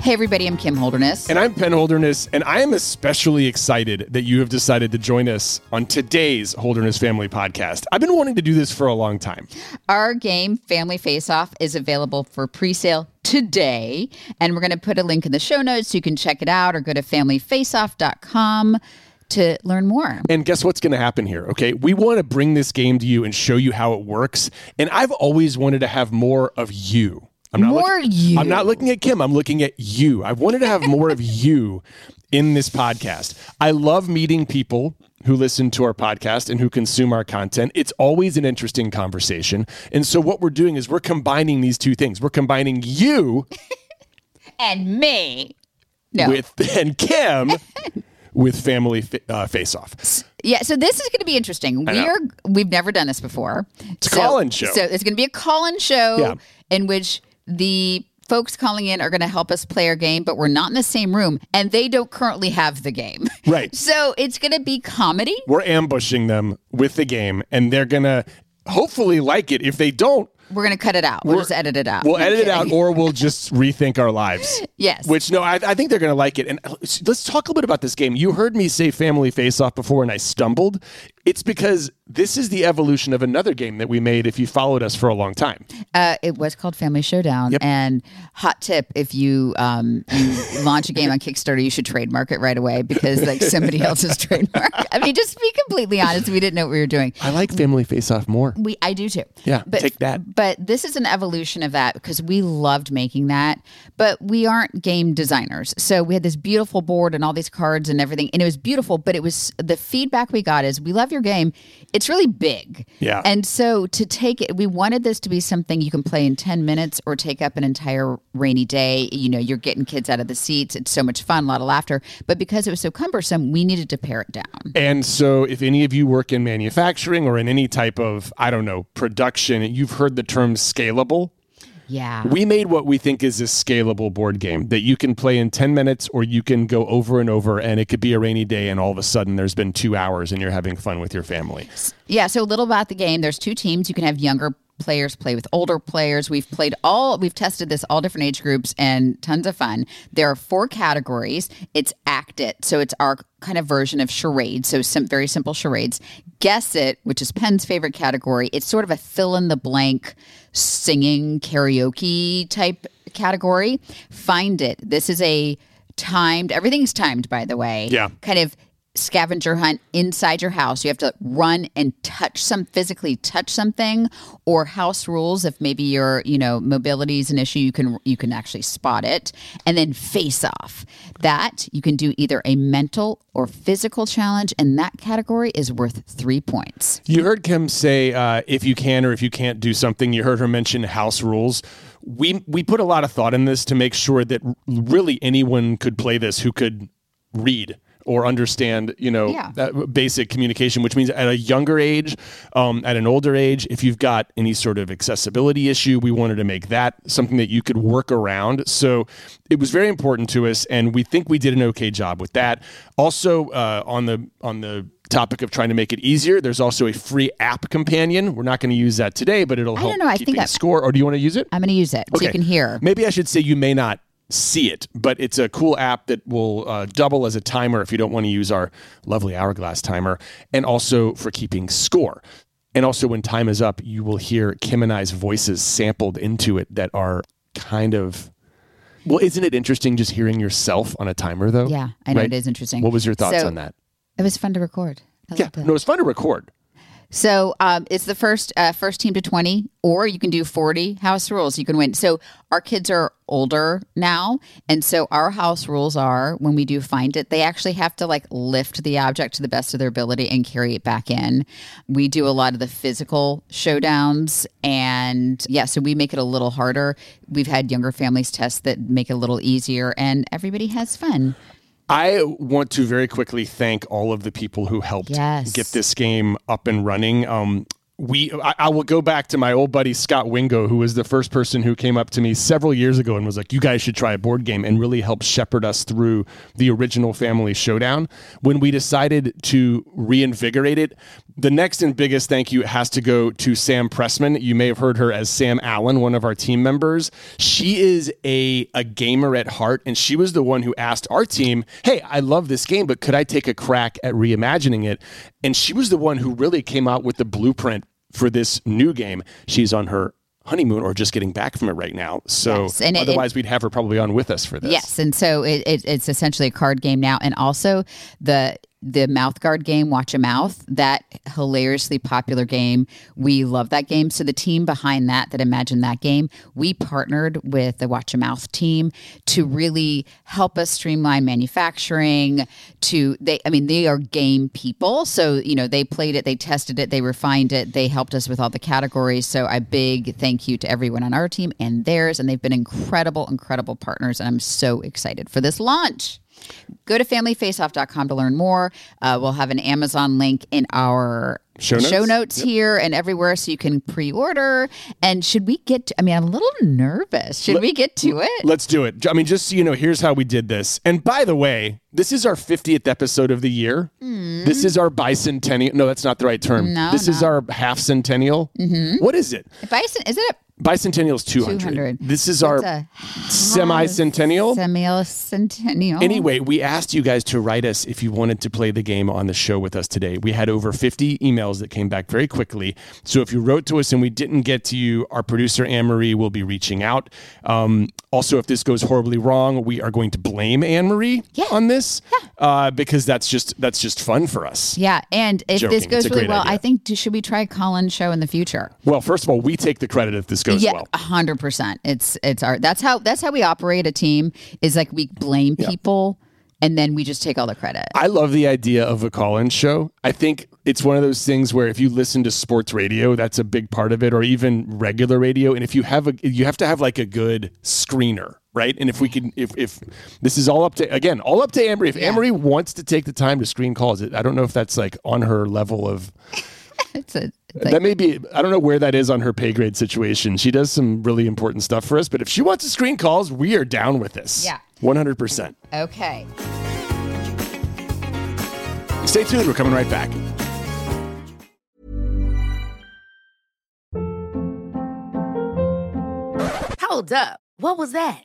Hey, everybody, I'm Kim Holderness. And I'm Penn Holderness, and I am especially excited that you have decided to join us on today's Holderness Family Podcast. I've been wanting to do this for a long time. Our game, Family Face Off, is available for pre sale today. And we're going to put a link in the show notes so you can check it out or go to familyfaceoff.com to learn more. And guess what's going to happen here? Okay. We want to bring this game to you and show you how it works. And I've always wanted to have more of you. I'm not More looking, you. I'm not looking at Kim. I'm looking at you. I wanted to have more of you in this podcast. I love meeting people who listen to our podcast and who consume our content. It's always an interesting conversation. And so what we're doing is we're combining these two things. We're combining you And me. No. with and Kim with family fa- uh, face off. Yeah, so this is going to be interesting. know. We're we've never done this before. It's a call-in show. So it's going to be a call-in show Yeah. in which the folks calling in are going to help us play our game, but we're not in the same room, and they don't currently have the game. Right. So it's going to be comedy. We're ambushing them with the game and they're going to hopefully like it. If they don't, We're going to cut it out. We'll We're- just edit it out. we'll I'm edit it out kidding. or we'll just rethink our lives. yes. Which no, I, I think they're going to like it. And uh, s- let's talk a little bit about this game. You heard me say Family Face Off before, and I stumbled. It's because this is the evolution of another game that we made. If you followed us for a long time, Uh, it was called Family Showdown. And hot tip: if you um, you launch a game on Kickstarter, you should trademark it right away because like somebody else's trademark. I mean, just be completely honest. We didn't know what we were doing. I like Family Face Off more. We I do too. Yeah, take that. But this is an evolution of that because we loved making that, but we aren't game designers. So we had this beautiful board and all these cards and everything, and it was beautiful. But it was the feedback we got is we love your game. It's really big. Yeah. And so to take it, we wanted this to be something you can play in ten minutes or take up an entire rainy day. You know, you're getting kids out of the seats. It's so much fun, a lot of laughter. But because it was so cumbersome, we needed to pare it down. And so, if any of you work in manufacturing or in any type of, I don't know, production, you've heard the term scalable. Yeah. We made what we think is a scalable board game that you can play in 10 minutes or you can go over and over, and it could be a rainy day, and all of a sudden there's been two hours and you're having fun with your family. Yeah, so a little about the game. There's two teams. You can have younger players play with older players. We've played all we've tested this all different age groups and tons of fun. There are four categories. It's act it. So it's our kind of version of charades. So some very simple charades. Guess it, which is Penn's favorite category. It's sort of a fill in the blank singing karaoke type category. Find it. This is a timed everything's timed by the way. Yeah. Kind of scavenger hunt inside your house. You have to run and touch some physically touch something or house rules if maybe your, you know, mobility is an issue, you can you can actually spot it. And then face off. That you can do either a mental or physical challenge and that category is worth 3 points. You heard Kim say uh, if you can or if you can't do something. You heard her mention house rules. We we put a lot of thought in this to make sure that r- really anyone could play this who could read or understand, you know, Yeah. that basic communication, which means at a younger age, um, at an older age, if you've got any sort of accessibility issue, we wanted to make that something that you could work around. So it was very important to us, and we think we did an okay job with that. Also, uh, on the on the topic of trying to make it easier, there's also a free app companion. We're not going to use that today, but it'll I help don't know. I keep think a I- score. Or do you want to use it? I'm going to use it so you Okay. can hear. Maybe I should say you may not see it, but it's a cool app that will uh, double as a timer if you don't want to use our lovely hourglass timer, and also for keeping score. And also, when time is up, you will hear Kim and I's voices sampled into it that are kind of. Well, isn't it interesting just hearing yourself on a timer, though? Yeah, I know Right? it is interesting. What was your thoughts So- on that? It was fun to record. I Yeah, liked it. no, it's fun to record. So um, it's the first uh, first team to twenty, or you can do forty house rules. You can win. So our kids are older now, and so our house rules are when we do find it, they actually have to like lift the object to the best of their ability and carry it back in. We do a lot of the physical showdowns, and yeah, so we make it a little harder. We've had younger families test that make it a little easier, and everybody has fun. I want to very quickly thank all of the people who helped Yes. get this game up and running. Um, we, I, I will go back to my old buddy Scott Wingo, who was the first person who came up to me several years ago and was like, "You guys should try a board game," and really helped shepherd us through the original Family Showdown. When we decided to reinvigorate it, the next and biggest thank you has to go to Sam Pressman. You may have heard her as Sam Allen, one of our team members. She is a a gamer at heart, and she was the one who asked our team, "Hey, I love this game, but could I take a crack at reimagining it?" And she was the one who really came out with the blueprint for this new game. She's on her honeymoon or just getting back from it right now. So Yes, and it- otherwise, we'd have her probably on with us for this. Yes, and so it, it, it's essentially a card game now, and also the the mouth guard game, Watch a Mouth, that hilariously popular game. We love that game. So the team behind that, that imagined that game, we partnered with the Watch a Mouth team to really help us streamline manufacturing. To they, I mean, they are game people, so you know they played it, they tested it, they refined it, they helped us with all the categories. So a big thank you to everyone on our team and theirs, and they've been incredible, incredible partners, and I'm so excited for this launch. Go to familyfaceoff.com to learn more. Uh, we'll have an Amazon link in our Show notes? here and everywhere so you can pre order. And should we get, to, I mean, I'm a little nervous. Should we get to it? Let's do it. I mean, just so you know, here's how we did this. And by the way, this is our 50th episode of the year. This is our bicentennial. No, that's not the right term. Mm. No, Mm-hmm. this is our half centennial. What is it? Bison, is it Bicentennial is 200. 200. This is a, our a semi centennial. semi centennial? Anyway, we asked you guys to write us if you wanted to play the game on the show with us today. We had over 50 emails that came back very quickly. So if you wrote to us and we didn't get to you, our producer, Anne Marie, will be reaching out. Um, also, if this goes horribly wrong, we are going to blame Anne Marie on this uh, because that's just that's just fun for us. Yeah, and if Joking. this goes It's a really great well, idea. I think do- should we try Colin's show in the future? Well, first of all, we take the credit if this goes Yeah, well. a hundred percent. It's it's our that's how that's how we operate a team is like we blame people and then we just take all the credit. I love the idea of a call-in show. I think it's one of those things where if you listen to sports radio, that's a big part of it, or even regular radio. And if you have a, you have to have like a good screener, right? And if we can, if if this is all up to again, all up to Amory. If Amory wants to take the time to screen calls, it, I don't know if that's like on her level of It's a it's like, that may be. I don't know where that is on her pay grade situation. She does some really important stuff for us, but if she wants to screen calls, we are down with this. Yeah. one hundred percent. okay. Stay tuned. We're coming right back. Hold up. What was that?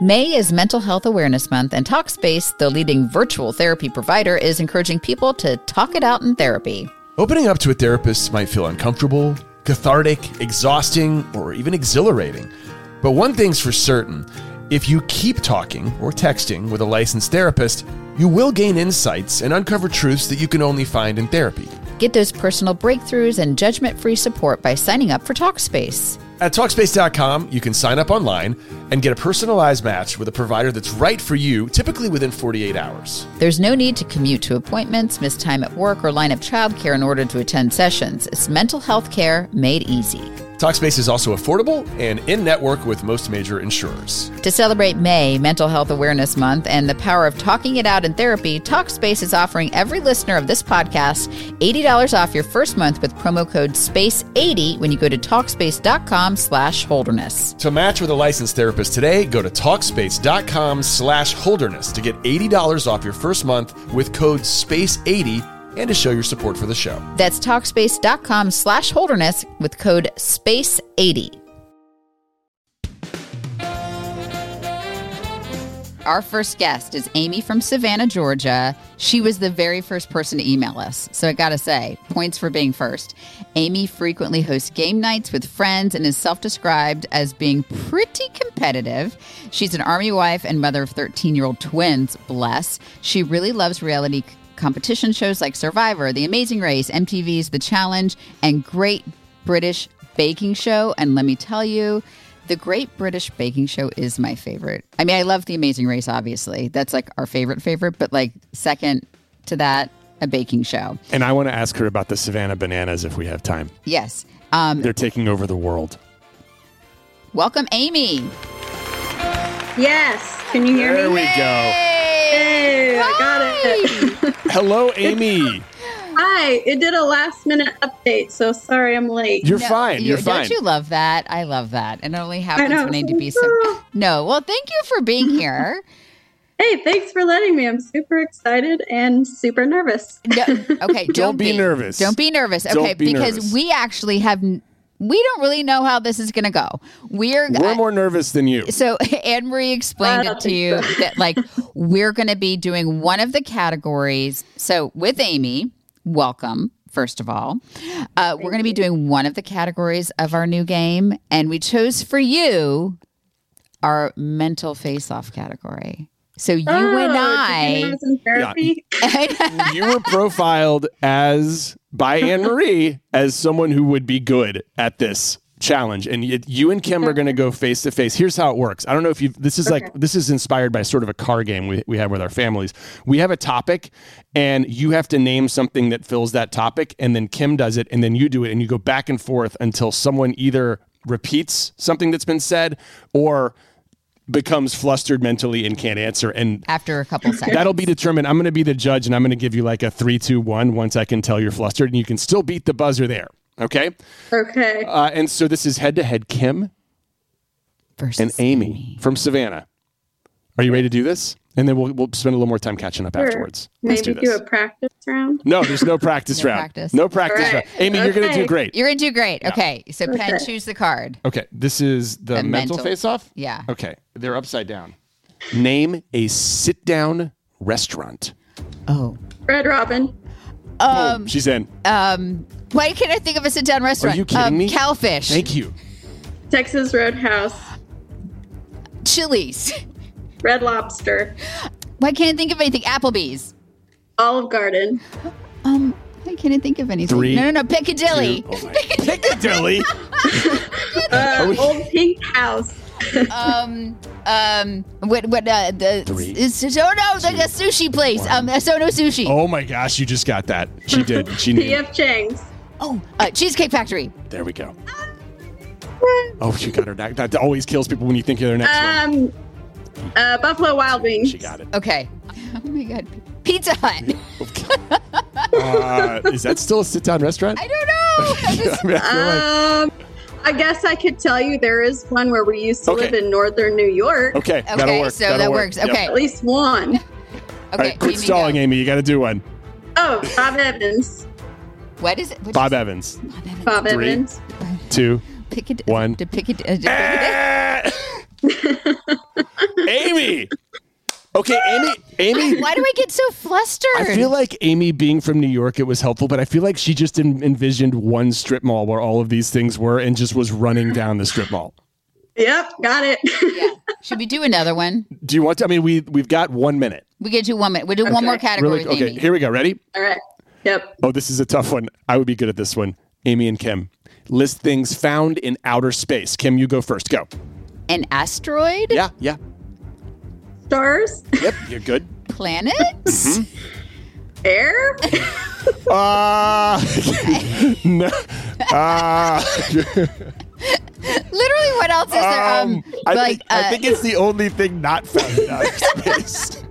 May is Mental Health Awareness Month, and Talkspace, the leading virtual therapy provider, is encouraging people to talk it out in therapy. Opening up to a therapist might feel uncomfortable, cathartic, exhausting, or even exhilarating. But one thing's for certain if you keep talking or texting with a licensed therapist, you will gain insights and uncover truths that you can only find in therapy. Get those personal breakthroughs and judgment free support by signing up for Talkspace. At Talkspace.com, you can sign up online and get a personalized match with a provider that's right for you, typically within 48 hours. There's no need to commute to appointments, miss time at work, or line up childcare in order to attend sessions. It's mental health care made easy. Talkspace is also affordable and in network with most major insurers. To celebrate May, Mental Health Awareness Month, and the power of talking it out in therapy, Talkspace is offering every listener of this podcast $80 off your first month with promo code SPACE80 when you go to Talkspace.com slash Holderness. To match with a licensed therapist today, go to Talkspace.com slash Holderness to get $80 off your first month with code SPACE80 and to show your support for the show. That's Talkspace.com slash Holderness with code SPACE80. Our first guest is Amy from Savannah, Georgia. She was the very first person to email us. So I gotta say, points for being first. Amy frequently hosts game nights with friends and is self described as being pretty competitive. She's an army wife and mother of 13 year old twins, bless. She really loves reality c- competition shows like Survivor, The Amazing Race, MTV's The Challenge, and Great British Baking Show. And let me tell you, the Great British Baking Show is my favorite. I mean, I love The Amazing Race, obviously. That's like our favorite, favorite, but like second to that, a baking show. And I want to ask her about the Savannah bananas if we have time. Yes. Um, They're taking over the world. welcome, Amy. Yes. Can you hear There me? we go. Hey, I got it. Hello, Amy. Hi. It did a last minute update, so sorry I'm late. You're fine. You- You're fine. Don't you love that? I love that. And it only happens know. when I need to be so. No. Well, thank you for being here. Hey, thanks for letting me. I'm super excited and super nervous. No, okay. Don't, be nervous. Don't be nervous. Don't Okay. be because nervous. we actually have, n- we don't really know how this is going to go. We're, We're more nervous than you. so Anne Marie explained it to you that like we're going to be doing one of the categories. So with Amy, welcome. First of all, uh, we're going to be doing one of the categories of our new game, and we chose for you our mental face-off category. So you and Oh, Did you know I I, was in therapy? you were profiled as by Anne Marie as someone who would be good at this challenge and y- you and kim are going to go face to face here's how it works i don't know if you this is like this is inspired by sort of a car game we, we have with our families we have a topic and you have to name something that fills that topic and then kim does it and then you do it and you go back and forth until someone either repeats something that's been said or becomes flustered mentally and can't answer and after a couple seconds, That'll be determined. I'm going to be the judge, and I'm going to give you like a three, two, one. Once I can tell you're flustered, and you can still beat the buzzer there. Okay. okay. Uh, and so this is head to head, Kim versus and Amy from Savannah. Are you ready to do this? And then we'll, we'll spend a little more time catching up afterwards. Let's Maybe do this. a practice round. no, there's no practice round. practice. No practice All round. right. Amy, you're going to do Okay. great. You're going to do great. Okay, so Pen, Okay. choose the card. okay. This is the, The mental, mental. face off. Yeah. Okay. They're upside down. Name a sit down restaurant. Oh, Red Robin. Um, She's in. um, why can't I think of a sit-down restaurant? you kidding um, me? Cowfish, Thank you. Texas Roadhouse. Chili's. Red Lobster. Why can't I think of anything? Applebee's. Olive Garden. Um, why can't I think of anything? Three, no, no, no. Piccadilly. Oh my. Piccadilly. Uh, Old Pink House. um, um, what, what, uh, the, Three, is, oh no, the the sushi place. Um, Sono Sushi. Oh, Oh my gosh, you just got that. She did. She knew. P.F. Chang's. uh, Cheesecake Factory. There we go. Oh, she got her neck. That always kills people when you think you're their next one. Um, uh, Buffalo Wild Wings. She got it. Okay. Oh my God. Pizza Hut. Uh, is that still a sit-down restaurant? I don't know. I just- I mean, I feel Um, like- I guess I could tell you there is one where we used to Okay. live in northern New York. okay, that'll okay, work. so that'll that work. works. Yep. Okay. At least one. All right, quit stalling, Amy. You got to do one. Oh, Bob Evans. What is it? What Bob Evans. Bob Evans. Bob Three. Evans. Two. Piccad- One. to Piccad- uh, to Piccad- Amy. Okay, Amy. Amy. Why do I get so flustered? I feel like Amy being from New York, it was helpful, but I feel like she just en- envisioned one strip mall where all of these things were and just was running down the strip mall. Yep, got it. yeah. Should we do another one? Do you want to? I mean, we, we've got one minute. We get to one minute. We do one more category Really? with Okay, Amy. here we go. Ready? All right. Yep. Oh, this is a tough one. I would be good at this one. Amy and Kim. List things found in outer space. Kim, you go first. Go. An asteroid? Yeah, yeah. Stars. Yep, you're good. Planets? Mm-hmm. Air. Uh, no, uh, Literally, what else is there? Um, um, I, like, think, I uh, think it's the only thing not found in outer space.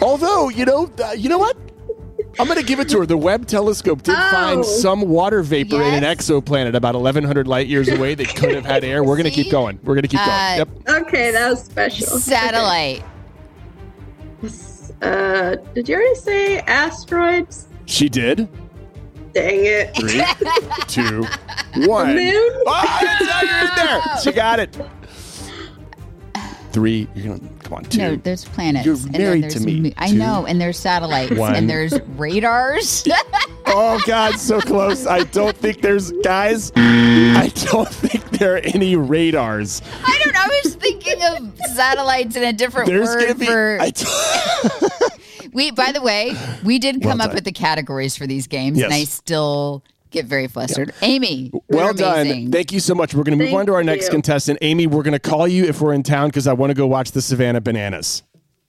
Although, you know, uh, you know what? I'm going to give it to her. The Webb telescope did Oh. find some water vapor in an Yes. exoplanet about 1,100 light years away that could have had air. We're going to keep See? going. We're going to keep Uh, going. Yep. Okay, that was special. satellite. Okay. Uh, did you already say asteroids? She did. Dang it. Three, two, one. Moon? Oh, it's out, you're in there. She got it. Three. You're gonna come on. Two. No, there's planets. You're then married there's to me. mo- I Two. know, and there's satellites, One. and there's radars. Oh God, so close. I don't think there's guys. I don't think there are any radars. I don't. know. I was thinking of satellites in a different There's word gonna be. for. I don't- we. By the way, we did come Well up done. with the categories for these games, and Yes. I still get very flustered. Amy, you're well done. amazing. Thank you so much. We're gonna move Thank on to our next you. contestant, Amy. We're gonna call you if we're in town because I want to go watch the Savannah Bananas.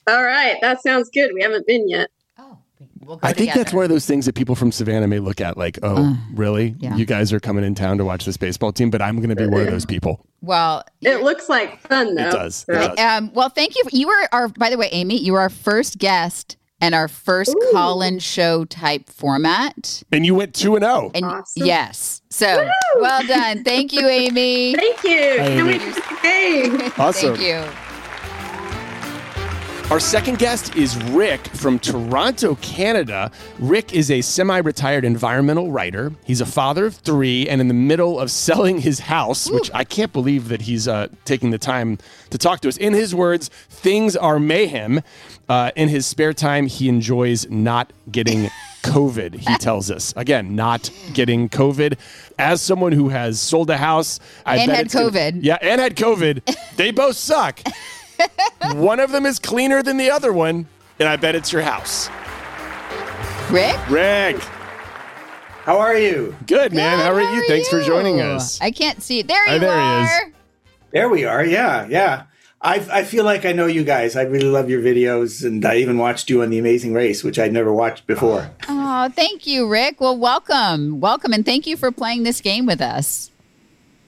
All right, that sounds good. We haven't been yet. Oh, we'll go I think that's together. Uh, one of those things that people from Savannah may look at like, oh, really? yeah. You guys are coming in town to watch this baseball team, but I'm going to be one of those people. Well, It looks like fun though. It does. It So- does. Um, well, thank you. You were our, by the way, Amy, you were our first guest and our first call-in show type format. And you went 2 and oh. 0. And Awesome. yes, so well done. Thank you, Amy. Thank you. Can we just hey. Awesome. Thank you. Our second guest is Rick from Toronto, Canada. Rick is a semi retired environmental writer. He's a father of three and in the middle of selling his house, which I can't believe that he's uh, taking the time to talk to us. In his words, things are mayhem. Uh, in his spare time, he enjoys not getting COVID, he tells us. Again, not getting COVID. As someone who has sold a house, I And bet had it's gonna- COVID. yeah, and had COVID, they both suck one of them is cleaner than the other one, and I bet it's your house. Rick, Rick, How are you? good man. Good, How are you? Thanks for joining you? us. I can't see. There Oh, you there he is. are. There we are. Yeah, yeah. I I feel like I know you guys. I really love your videos, and I even watched you on The Amazing Race, which I'd never watched before. Oh, thank you, Rick. Well, welcome, welcome, and thank you for playing this game with us.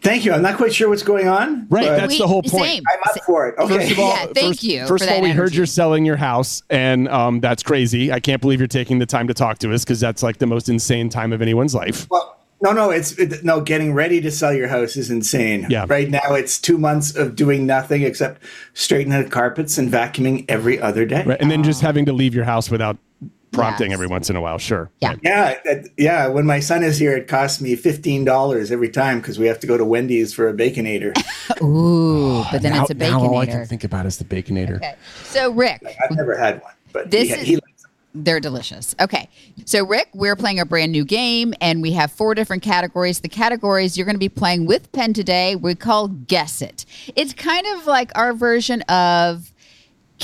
Thank you. I'm not quite sure what's going on. right, but that's We- the whole point. Same. I'm up for it. Okay. First of all, Yeah, thank first, you for First of all, that we heard energy. you're selling your house, and um, that's crazy. I can't believe you're taking the time to talk to us because that's like the most insane time of anyone's life. Well, no, no, it's it, no. Getting ready to sell your house is insane. Yeah. Right now, it's two months of doing nothing except straightening the carpets and vacuuming every other day. Right, and then just having to leave your house without prompting Yes. every once in a while. Sure. Yeah. Right. Yeah, that, yeah. When my son is here, it costs me fifteen dollars every time because we have to go to Wendy's for a baconator. Ooh, but then Now, it's a now all I can baconator. think about is the baconator. Okay, so Rick, I've never had one, but This he- is- he likes They're delicious. Okay. So, Rick, we're playing a brand new game and we have four different categories. The categories you're going to be playing with Penn today, we call Guess It. It's kind of like our version of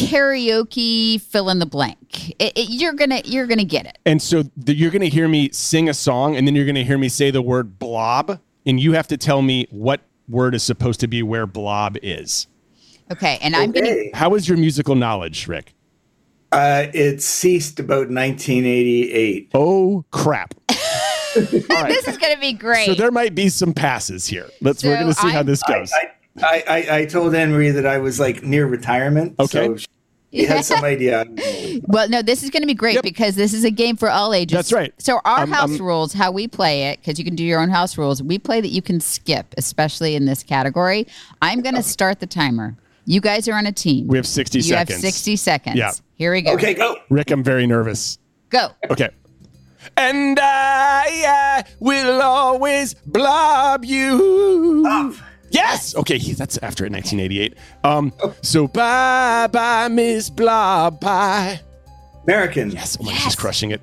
karaoke fill in the blank. It, it- you're going to you're going to get it. And so th- you're going to hear me sing a song, and then you're going to hear me say the word blob, and you have to tell me what word is supposed to be where blob is. Okay. And I'm going to Hey. How is your musical knowledge, Rick? Uh, it ceased about 1988. Oh crap! This is going to be great. So there might be some passes here. Let's we're So going to see how I'm- this goes. I, I, I, I told Anne Marie that I was like near retirement. Okay. So she she had some idea. Well, no, this is going to be great Yep. because this is a game for all ages. That's right. So our I'm- house I'm- rules, how we play it, because you can do your own house rules. We play that you can skip, especially in this category. I'm going to start the timer. You guys are on a team. we have 60 you seconds. have 60 seconds. Yeah. Here we go. Okay, go. Rick, I'm very nervous. Go. Okay. And I, uh, will always blob you. Yes. Okay, he- that's after it, 1988. Um, so bye bye, Miss Blob Pie. American. Yes. Oh my, she's crushing it.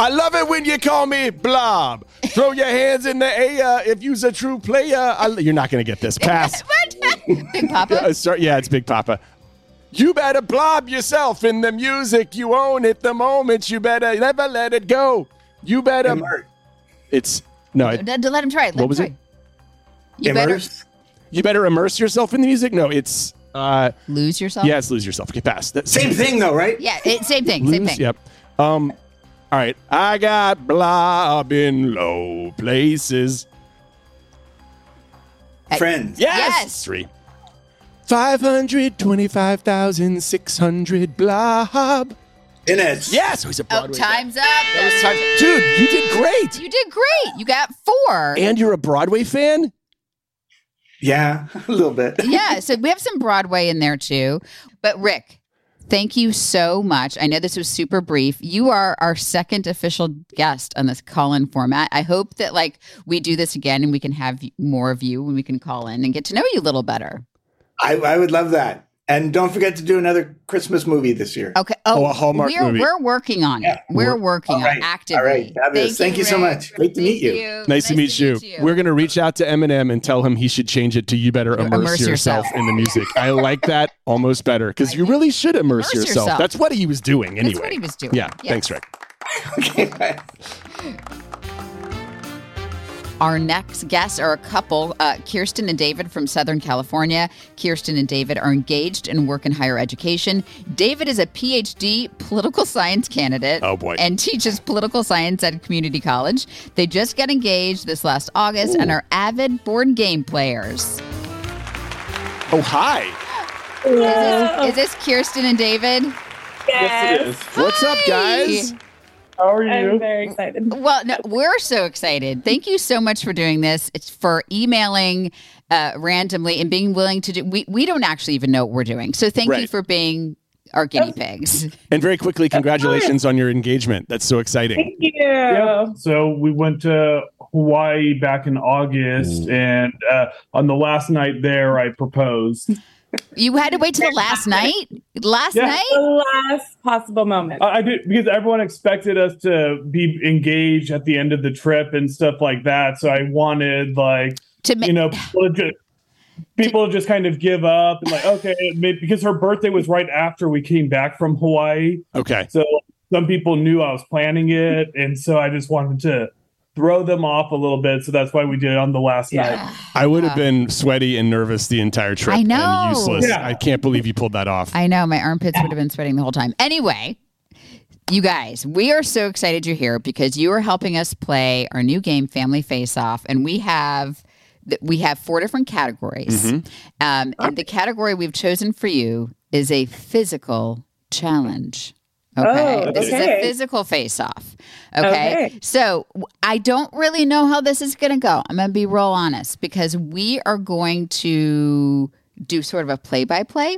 I love it when you call me Blob. Throw your hands in the air if you's a true player. I, you're not gonna get this. Pass. Big Papa. Uh, sorry, yeah, it's Big Papa. You better blob yourself in the music you own at the moment. You better never let it go. You better. Immer- It's no. It, D- d- let him try it. Let What him was try it? You better immerse. you better immerse yourself in the music. No, it's uh, lose yourself. yeah, it's lose yourself. Okay, pass. That, Same thing though, right? Yeah. It, same thing. Same Lose, thing. Yep. Um. All right. I got blob in low places. Friends. Yes. Yes. Three. Five hundred twenty-five thousand six hundred blob. In it. Yes. Oh, he's a Oh, Broadway. guy. time's up. It's time- Dude, you did great. You did great. You got four. and you're a Broadway fan? Yeah, a little bit. yeah. So we have some Broadway in there too. But Rick, thank you so much. I know this was super brief. You are our second official guest on this call in format. I hope that like we do this again and we can have more of you and we can call in and get to know you a little better. I, I would love that. And don't forget to do another Christmas movie this year. Okay. Oh, a Hallmark we're, movie. We're working on it. We're working All on right. it All actively. right. Fabulous. Thank you so Rick. much. Great to Thank meet you. Nice, to, meet, you. We're going to reach out to Eminem and tell him he should change it to You Better Immerse, immerse yourself, yourself. in the Music. I like that almost better because you really should immerse, Immerse yourself. yourself. That's what he was doing anyway. what he was doing. Yeah. Yes. Thanks, Rick. Okay, bye. Our next guests are a couple, uh, Kirsten and David from Southern California. Kirsten and David are engaged and work in higher education. David is a PhD political science candidate. Oh, boy. And teaches political science at a community college. They just got engaged this last August and are avid board game players. Oh, hi. Is this Kirsten and David? What's up, Hi. guys? I'm very excited. Well, no, we're so excited. Thank you so much for doing this. It's for emailing uh, randomly and being willing to do. We, we don't actually even know what we're doing. So thank you Right. for being our guinea pigs. And very Uh, quickly, congratulations on your engagement. That's so exciting. Thank you. Yeah. So we went to Hawaii back in August, and uh, on the last night there, I proposed. You had to wait till the last night. Last Yeah. night. The last possible moment. I, I did because everyone expected us to be engaged at the end of the trip and stuff like that. So I wanted like To ma- you know people to just people to just kind of give up and like okay may- because her birthday was right after we came back from Hawaii. Okay. So some people knew I was planning it, and so I just wanted to throw them off a little bit. So that's why we did it on the last night. I would have been sweaty and nervous the entire trip I know. and useless. Yeah. I can't believe you pulled that off. I know my armpits would have been sweating the whole time. Anyway, you guys, we are so excited you're here because you are helping us play our new game, Family Face Off, and we have th- we have four different categories, um, and the category we've chosen for you is a physical challenge. Okay, Oh, this is a okay. physical face-off. Okay, Okay. so w- I don't really know how this is going to go. I'm going to be real honest because we are going to do sort of a play-by-play.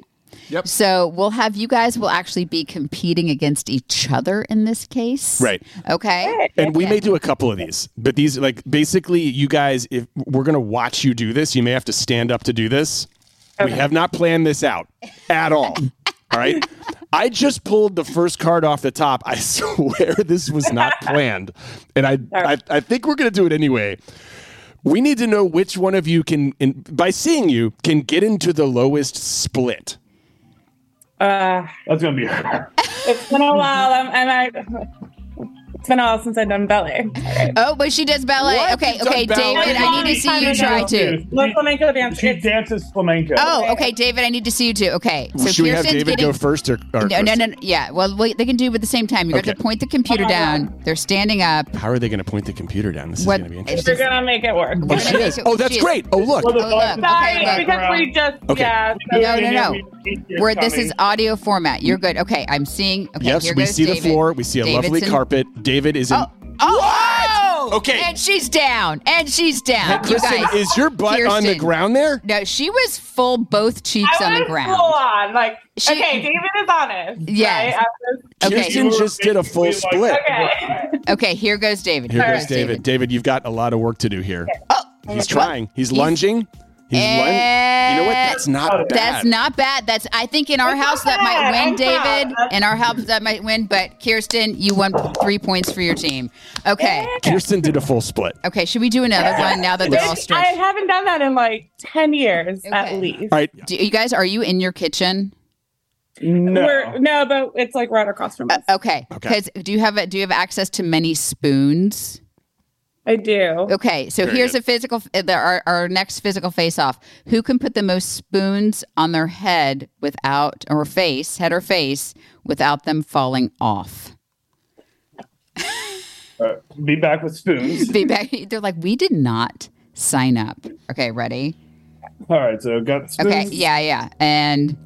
So we'll have you guys will actually be competing against each other in this case. Right. Okay. And we may do a couple of these, but these like basically you guys, if we're gonna watch you do this, you may have to stand up to do this. We have not planned this out at all. all right. I just pulled the first card off the top. I swear this was not planned. And I, I I think we're gonna do it anyway. We need to know which one of you can in, by seeing you can get into the lowest split. Uh, That's gonna be her. it's been a while. I'm, I'm, I, it's been a while since I've done ballet. Oh, but she does ballet. What? Okay, You've done okay, ballet? David, I need to see you try to. Love flamenco dance. She It's- dances flamenco. Oh, okay, David, I need to see you too. Okay. So Should we have Kirsten's David getting- go first or, or No, no, Chris? no, no. Yeah. Well, wait, they can do it at the same time. You're going Okay. to point the computer down. They're standing up. How are they gonna point the computer down? This is What- gonna be it's interesting. We're gonna make it work. We're Oh, gonna she make is. it- Oh, that's she is. great. Oh, look. Well, the Oh, look. dogs- Okay, Sorry, look. because we just Okay. yeah. so- No, no, no. We- we- Where this coming. is audio format. You're good. Okay, I'm seeing. Okay, yes, here we goes see the David. floor. We see a lovely Davidson- carpet. David is in. Oh, oh, go. Okay. And she's down. And she's down. You Kristen, guys. is your butt on the Kirsten. ground there? No, she was full both cheeks I on the was ground. full on. Like, She- okay, David is honest. Yes. Right? I was- Okay. Kirsten just did a full split. okay. Okay, here goes David. Here All goes right. David. David, you've got a lot of work to do here. he's trying. He's He's- lunging. He's lunging. You know what? That's not bad. That's not bad. That's I think in our That's house not that might bad. win, I'm proud. David. In our house that might win, but Kirsten, you won three points for your team. Okay. Kirsten did a full split. Okay, should we do another one now that they're all Which I stretched? haven't done that in like 10 years Okay. at least. All right. Do you guys are you in your kitchen? No. We're, no, but it's like right across from us. Okay. Okay. Because do you have a, do you have access to many spoons? I do. Okay, so here's a physical. uh, the- Our, our next physical face off. Who can put the most spoons on their head without, or face, head or face, without them falling off? Uh, be back with spoons. Be back- They're like, we did not sign up. Okay, ready? All right, so got spoons. Okay, yeah, yeah, and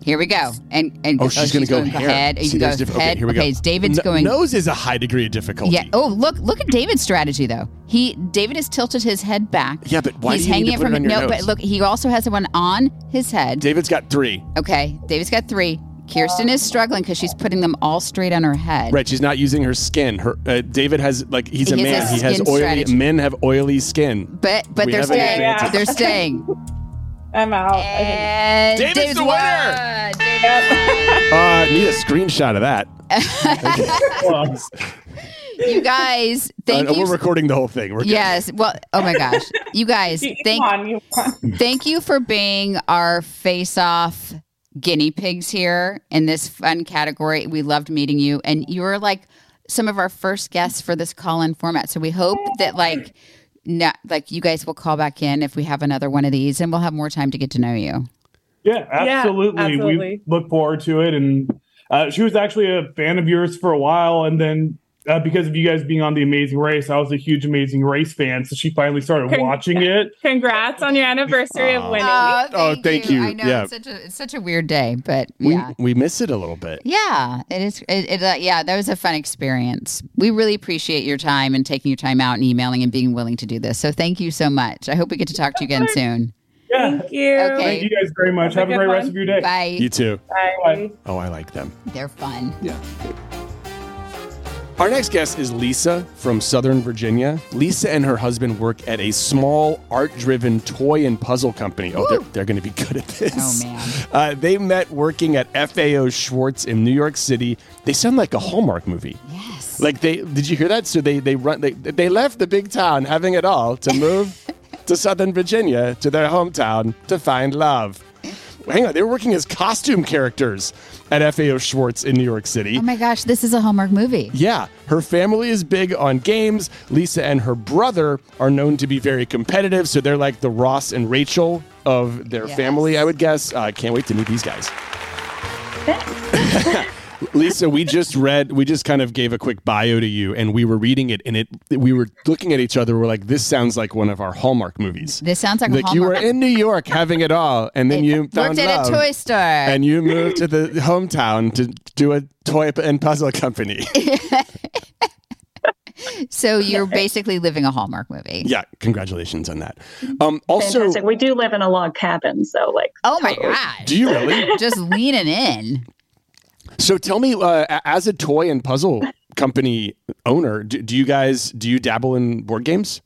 here we go. And and Oh, she's gonna go hair. head. See, You go there's diff- okay, head. here we go. it's David's N- going. Nose is a high degree of difficulty. Yeah. Oh, look! Look at David's strategy, though. He David has tilted his head back. Yeah, but why he's do you need hanging to put it from on your no? nose? But look, he also has one on his head. David's got three. Okay, David's got three. Kirsten is struggling because she's putting them all straight on her head. Right, she's not using her skin. Her uh, David has like he's a He man. has a he has skin oily. strategy. Men have oily skin. But but We they're have an staying. advantage. They're staying. I'm out. I And David's the won. winner! David won. Uh, need a screenshot of that. Well, you guys, thank Uh, you. We're recording the whole thing. We're good. yes. Well, oh my gosh, you guys, think. You thank won, you won. thank you for being our face-off guinea pigs here in this fun category. We loved meeting you, and you were like some of our first guests for this call-in format. So we hope that like. No, like you guys will call back in if we have another one of these, and we'll have more time to get to know you. yeah, absolutely. absolutely. We look forward to it. And uh, she was actually a fan of yours for a while, and then. Uh, because of you guys being on the Amazing Race, I was a huge Amazing Race fan, so she finally started Congrats. watching it. Congrats on your anniversary of winning. Uh, Oh, thank you. I know Yeah. it's such a it's such a weird day, but We, yeah, we miss it a little bit. yeah, it is. It, it, uh, yeah, that was a fun experience. We really appreciate your time and taking your time out and emailing and being willing to do this. So thank you so much. I hope we get to talk to you again soon. Yeah, Thank you. Okay. thank you guys very much. Have Have a a great good rest one. of your day. Bye. You too. Bye. Oh, I like them. They're fun. Our next guest is Lisa from Southern Virginia. Lisa and her husband work at a small art driven toy and puzzle company. Oh, they're, they're going to be good at this. Oh, man. Uh, they met working at FAO Schwartz in New York City. They sound like a Hallmark movie. Yes. Like they did you hear that? So they they run they they left the big town having it all to move to Southern Virginia to their hometown to find love. Hang on, they were working as costume characters at FAO Schwartz in New York City. Oh my gosh, this is a Hallmark movie. Yeah, her family is big on games. Lisa and her brother are known to be very competitive, so they're like the Ross and Rachel of their Yes. family, I would guess. I can't wait to meet these guys. Lisa, we just read, we just kind of gave a quick bio to you, and we were reading it, and it we were looking at each other. We're like, this sounds like one of our Hallmark movies. This sounds like a like you were Hallmark. in New York having it all, and then you found Worked at love a toy store. and you moved to the hometown to do a toy and puzzle company. so you're basically living a Hallmark movie. yeah, congratulations on that. Mm-hmm. Um, also, Fantastic. we do live in a log cabin, so like Oh my gosh. do you really? Just leaning in. So tell me, uh, a- as a toy and puzzle company owner, do, do you guys do you dabble in board games?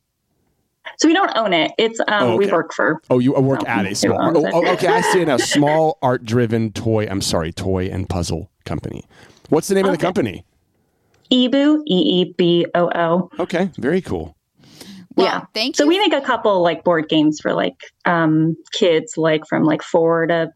so we don't own it. It's um Oh, we okay. work for Oh, you work No, at a who small. owns Oh, it? oh, okay, I see it now. Small art-driven toy. I'm sorry, toy and puzzle company. What's the name of the company? Ebu, E E B O O. Okay, very cool. Well, yeah. thank So you. we make a couple like board games for like um kids like from like 4 to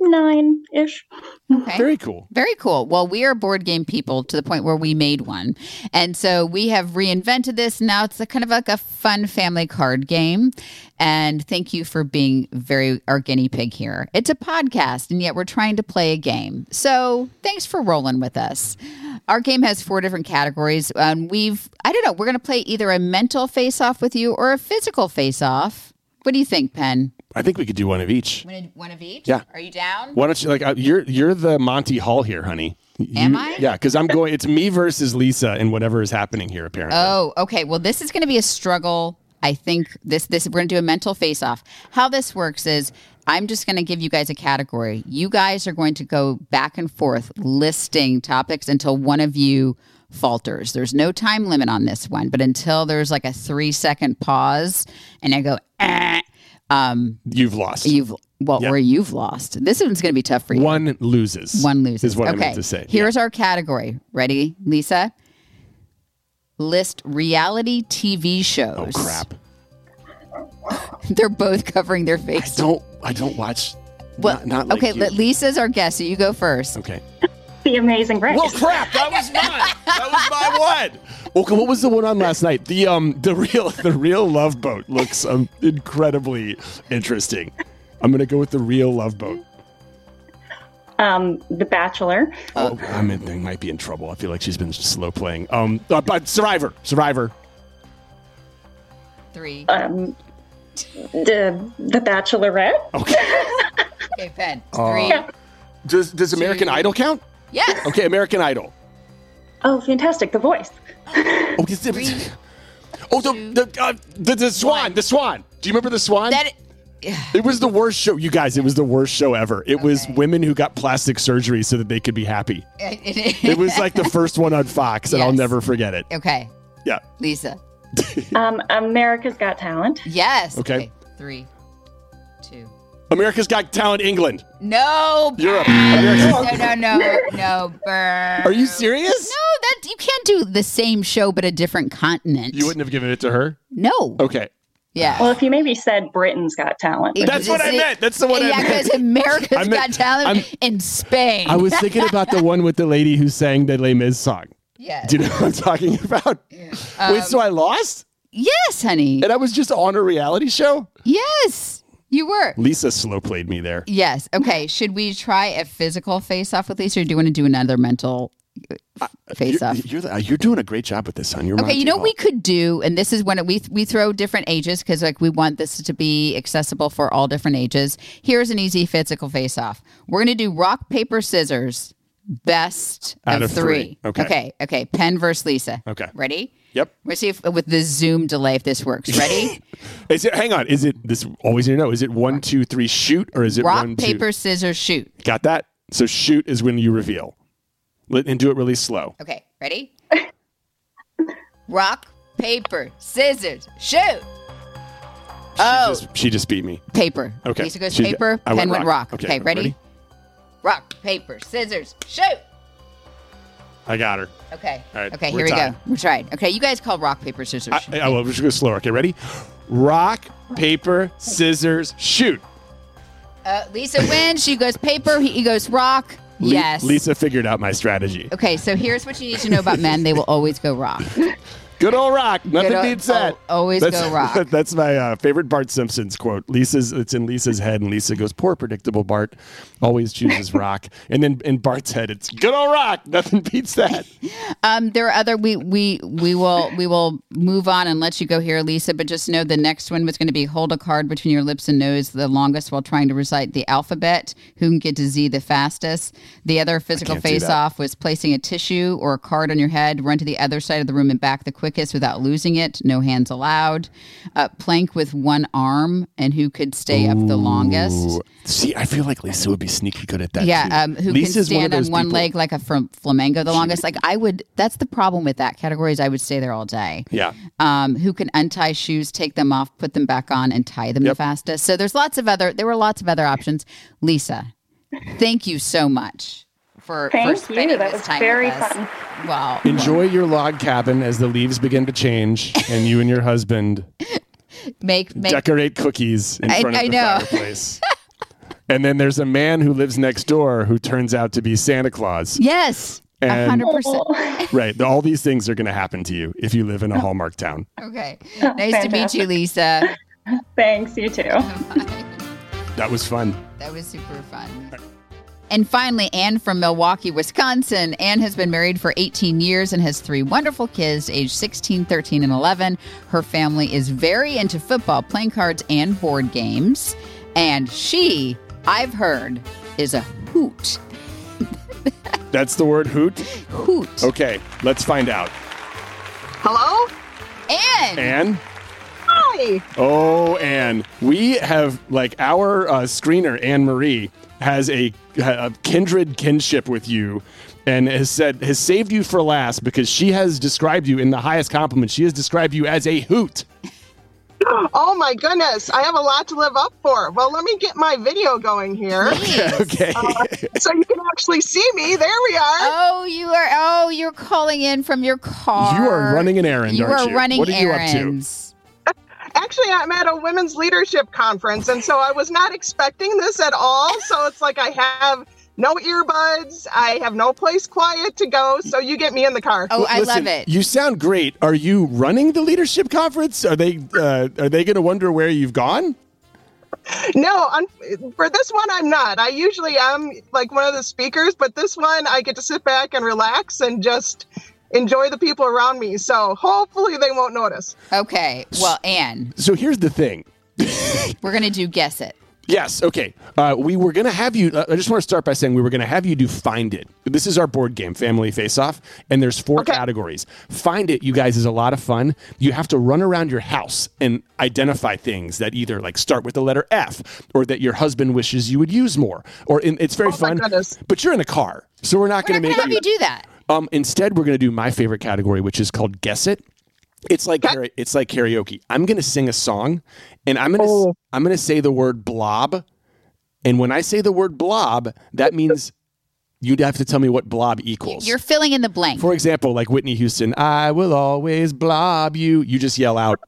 9 ish. Okay. Very cool. Very cool. Well, we are board game people to the point where we made one. And so we have reinvented this. Now it's a kind of like a fun family card game. And thank you for being very our guinea pig here. It's a podcast, and yet we're trying to play a game. So thanks for rolling with us. Our game has four different categories. Um, we've, I don't know, we're going to play either a mental face off with you or a physical face off. What do you think, Penn? I think we could do one of each. One of- One of each? Yeah. Are you down? Why don't you like uh, you're you're the Monty Hall here, honey? Am You- I? Yeah, because I'm going. It's me versus Lisa, and whatever is happening here, apparently. Oh, okay. Well, this is going to be a struggle. I think this this we're going to do a mental face off. How this works is I'm just going to give you guys a category. You guys are going to go back and forth listing topics until one of you falters. There's no time limit on this one, but until there's like a 3 second pause and I go eh, um You've lost. you've well Yeah. or you've lost. This one's going to be tough for you. One loses. One loses. Is what okay. I meant to say. Here's our category. Ready, Lisa? List reality TV shows. oh crap! They're both covering their I face. don't. I don't watch. Well, not, not like okay, you. let- Lisa's our guest, so you go first. okay. The Amazing Race. Well, crap! That was mine. that was my one. Okay, what was the one on last night? The um, the real, the real love boat looks um, incredibly interesting. I'm gonna go with the real love boat. um, the Bachelor. Uh, Oh, I mean, they might be in trouble. I feel like she's been slow playing. Um, uh, but Survivor, Survivor. Three. Um, the The Bachelorette. Okay. Okay, Pen. uh, Three. Does Does American Idol count? Yes. Okay, American Idol. Oh, fantastic! The Voice. Oh, it's- it's- oh the the, uh, the the Swan, the Swan. Do you remember the Swan? That It was the worst show, you guys. It was the worst show ever. It was women who got plastic surgery so that they could be happy. It was like the first one on Fox, and I'll Yes. never forget it. Okay, Yeah. Lisa. Um, America's Got Talent. Yes. Okay. Three. Two. America's Got Talent, England, No. Europe. No, America- no, no, no, burn. Are you serious? No, that you can't do the same show but a different continent. You wouldn't have given it to her. No. Okay. Oh, Yeah. Well, if you maybe said Britain's Got Talent. That's what I meant. That's the one I yeah, meant. because America's I meant- Got Talent in Spain. I was thinking about the one with the lady who sang the Les Mis song. yes. Do you know what I'm talking about? Wait, so Um, I lost? yes, honey. And I was just on a reality show? Yes, you were. Lisa slow played me there. Yes. Okay. Should we try a physical face off with Lisa, or do you want to do another mental face off? You're, the- uh, you're doing a great job with this, son. You're Okay, Monty you know Hall. what we could do, and this is when it, we we throw different ages because like we want this to be accessible for all different ages. Here's an easy physical face off. We're gonna do rock paper scissors, best Out of, of three. Okay. okay, okay. Pen versus Lisa. Okay. ready? Yep. Let's see if with the Zoom delay if this works. Ready? Is it? Hang on. Is it this? Always need to know. Is it one, two, three, shoot, or is it rock one, two- paper scissors shoot. Got that? So shoot is when you reveal, Let- and do it really slow. Okay, ready? rock paper scissors shoot. Oh, Just- she just beat me. Paper. Okay. Lisa goes She- paper. I Pen went went rock. rock. Okay, Okay, ready? ready? Rock, paper, scissors, shoot. I got her. Okay. All right, okay, we're here we go. tied. We're trying. Okay, you guys call rock, paper, scissors. I, I, I will. We're just gonna slow. Okay, ready? Rock, paper, scissors, shoot. uh, Lisa wins. She goes paper. He, he goes rock. Le- yes. Lisa figured out my strategy. Okay, so here's what you need to know about men. They will always go rock. Good old rock. Nothing ol- beats that. al- oh, always that's, go rock. That's my uh, favorite Bart Simpson's quote. Lisa's it's in Lisa's head, and Lisa goes, "Poor predictable Bart, always chooses rock." And then in Bart's head, it's good old rock. Nothing beats that. Um, there are other we we we will we will move on and let you go here, Lisa. But just know the next one was going to be hold a card between your lips and nose the longest while trying to recite the alphabet. Who can get to Z the fastest? The other physical can't do face that. off was placing a tissue or a card on your head, run to the other side of the room and back the quickest without losing it. No hands allowed. Uh, plank with one arm and who could stay up the longest. Ooh. See, I feel like Lisa would be sneaky good at that. Yeah, too. um, who Lisa's can stand those on one people- leg like a fl- flamingo the longest? Like I would. That's the problem with that category is I would stay there all day. Yeah. Um, who can untie shoes, take them off, put them back on, and tie them the Yep. fastest? So there's lots of other. There were lots of other options. Lisa, thank you so much for for Thank spending you. That this was time very with us. fun. Wow. Enjoy your log cabin as the leaves begin to change, and you and your husband Make make. decorate cookies in I- front of I the know. fireplace. and then there's a man who lives next door who turns out to be Santa Claus. yes. A And- hundred percent. Right. All these things are going to happen to you if you live in a Hallmark town. Okay. Nice to meet you, Oh, Fantastic. Lisa. Thanks. You too. That was fun. That was super fun. And finally, Anne from Milwaukee, Wisconsin. Anne has been married for 18 years and has three wonderful kids, aged 16, 13, and 11. Her family is very into football, playing cards, and board games. And she, I've heard, is a hoot. That's the word hoot? Hoot. Okay, let's find out. Hello? And Anne? Hi. Oh, Anne, we have like our uh, screener Anne Marie has a, a kindred kinship with you, and has said has saved you for last because she has described you in the highest compliment. She has described you as a hoot. Oh my goodness. I have a lot to live up for. Well, let me get my video going here. Okay, so you can actually see me. There we are. Oh, you are. Oh, you're calling in from your car. you are running an errand, You aren't are you? running what are errands. Actually, I'm at a women's leadership conference, and so I was not expecting this at all. So it's like I have no earbuds, I have no place quiet to go. So you get me in the car. Oh, you up to? I Listen, love it. You sound great. Are you running the leadership conference? Are they uh, are they going to wonder where you've gone? No, un- for this one, I'm not. I usually am like one of the speakers, but this one, I get to sit back and relax and just enjoy the people around me. So hopefully they won't notice. okay. Well, Anne, So here's the thing. we're gonna do guess it. Yes. Okay. Uh, we were going to have you. uh, I just want to start by saying we were going to have you do Find It. This is our board game, Family Face Off, and there's four categories. Find It, you guys, is a lot of fun. You have to run around your house and identify things that either like start with the letter F or that your husband wishes you would use more. Or in, it's very my fun. goodness. But you're in a car, so we're not Oh We're going not to gonna make have you do that. um, instead, we're going to do my favorite category, which is called Guess It. It's like kara- it's like karaoke. I'm going to sing a song, and I'm going to Oh. I'm going to say the word blob, and when I say the word blob, that means you'd have to tell me what blob equals. You're filling in the blank. For example, like Whitney Houston, I will always blob you. You just yell out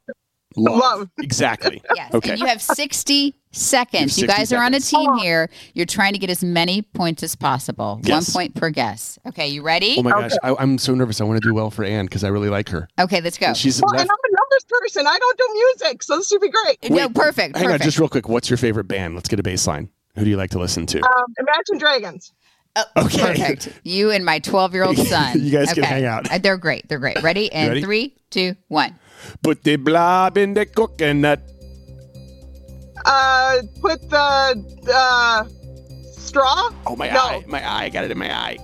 love. Love. Exactly. Yes. Okay. And you have 60 seconds. You, You have 60 guys are on a team here. You're trying to get as many points as possible. Yes. One point per guess. Okay, you ready? oh my gosh, I, I'm so nervous. I want to do well for Anne because I really like her. okay, let's go. She's Well, left- and I'm a numbers person. I don't do music, so this should be great. no, perfect. Hang on, perfect. just real quick. What's your favorite band? Let's get a baseline. Who do you like to listen to? Um, Imagine Dragons. Oh, Okay. Perfect. You and my 12 year old son. You guys okay. can hang out. Uh, They're great. They're great. Ready? And ready? three, two, one. Put the blob in the coconut. Uh, put the uh, straw. Oh my No. eye! My eye! I got it in my eye.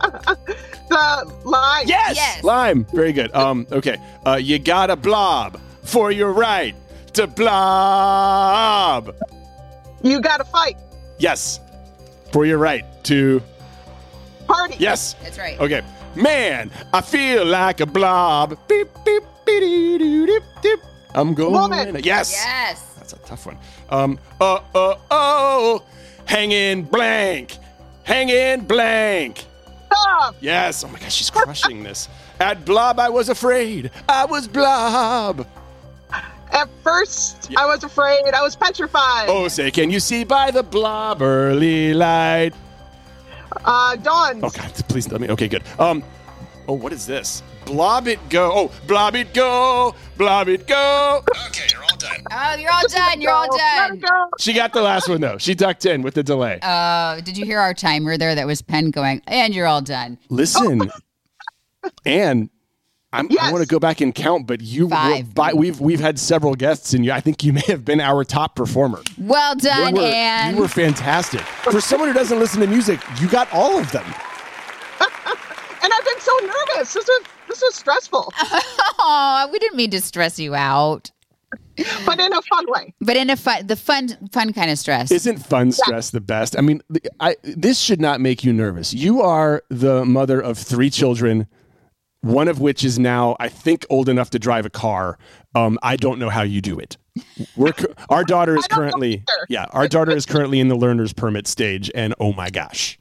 The line. Yes! Yes. Lime. Very good. Um. Okay. Uh. You got a blob for your right to blob. You got to fight. Yes. For your right to Party. yes. That's right. Okay. Man, I feel like a blob. Beep beep beep doo doo doo. I'm going. Woman. Yes. Yes. That's a tough one. Um. Uh. Uh. Oh. Hang in blank. Hang in blank. Tough. Yes. Oh my gosh, she's crushing this. At Blob, I was afraid. I was Blob. At first, I was afraid. I was petrified. Oh, say, can you see by the Blob early light? Uh, Dawn. Oh God, please let me. Okay, good. Um. Oh, what is this? Blob it go. Oh, blob it go. Blob it go. Okay, you're all done. Oh, you're all done. You're all Let done. it go. She got the last one though. She ducked in with the delay. Uh, did you hear our timer there? That was Penn going, and you're all done. Listen, Anne, I'm, I Yes. want to go back and count, but you were Five. by, we've we've had several guests, and you, I think you may have been our top performer. Well done, you were, Anne. you were fantastic. For someone who doesn't listen to music, you got all of them. And I've been so nervous. This was this was stressful, Aw, we didn't mean to stress you out, but in a fun way. but in a fun, the fun, fun kind of stress. Isn't fun stress the best? I mean, th- I, this should not make you nervous. You are the mother of three children, one of which is now, I think, old enough to drive a car. Um, I don't know how you do it. We're cu- our daughter is don't know currently either. yeah, our daughter is currently in the learner's permit stage, and oh my gosh,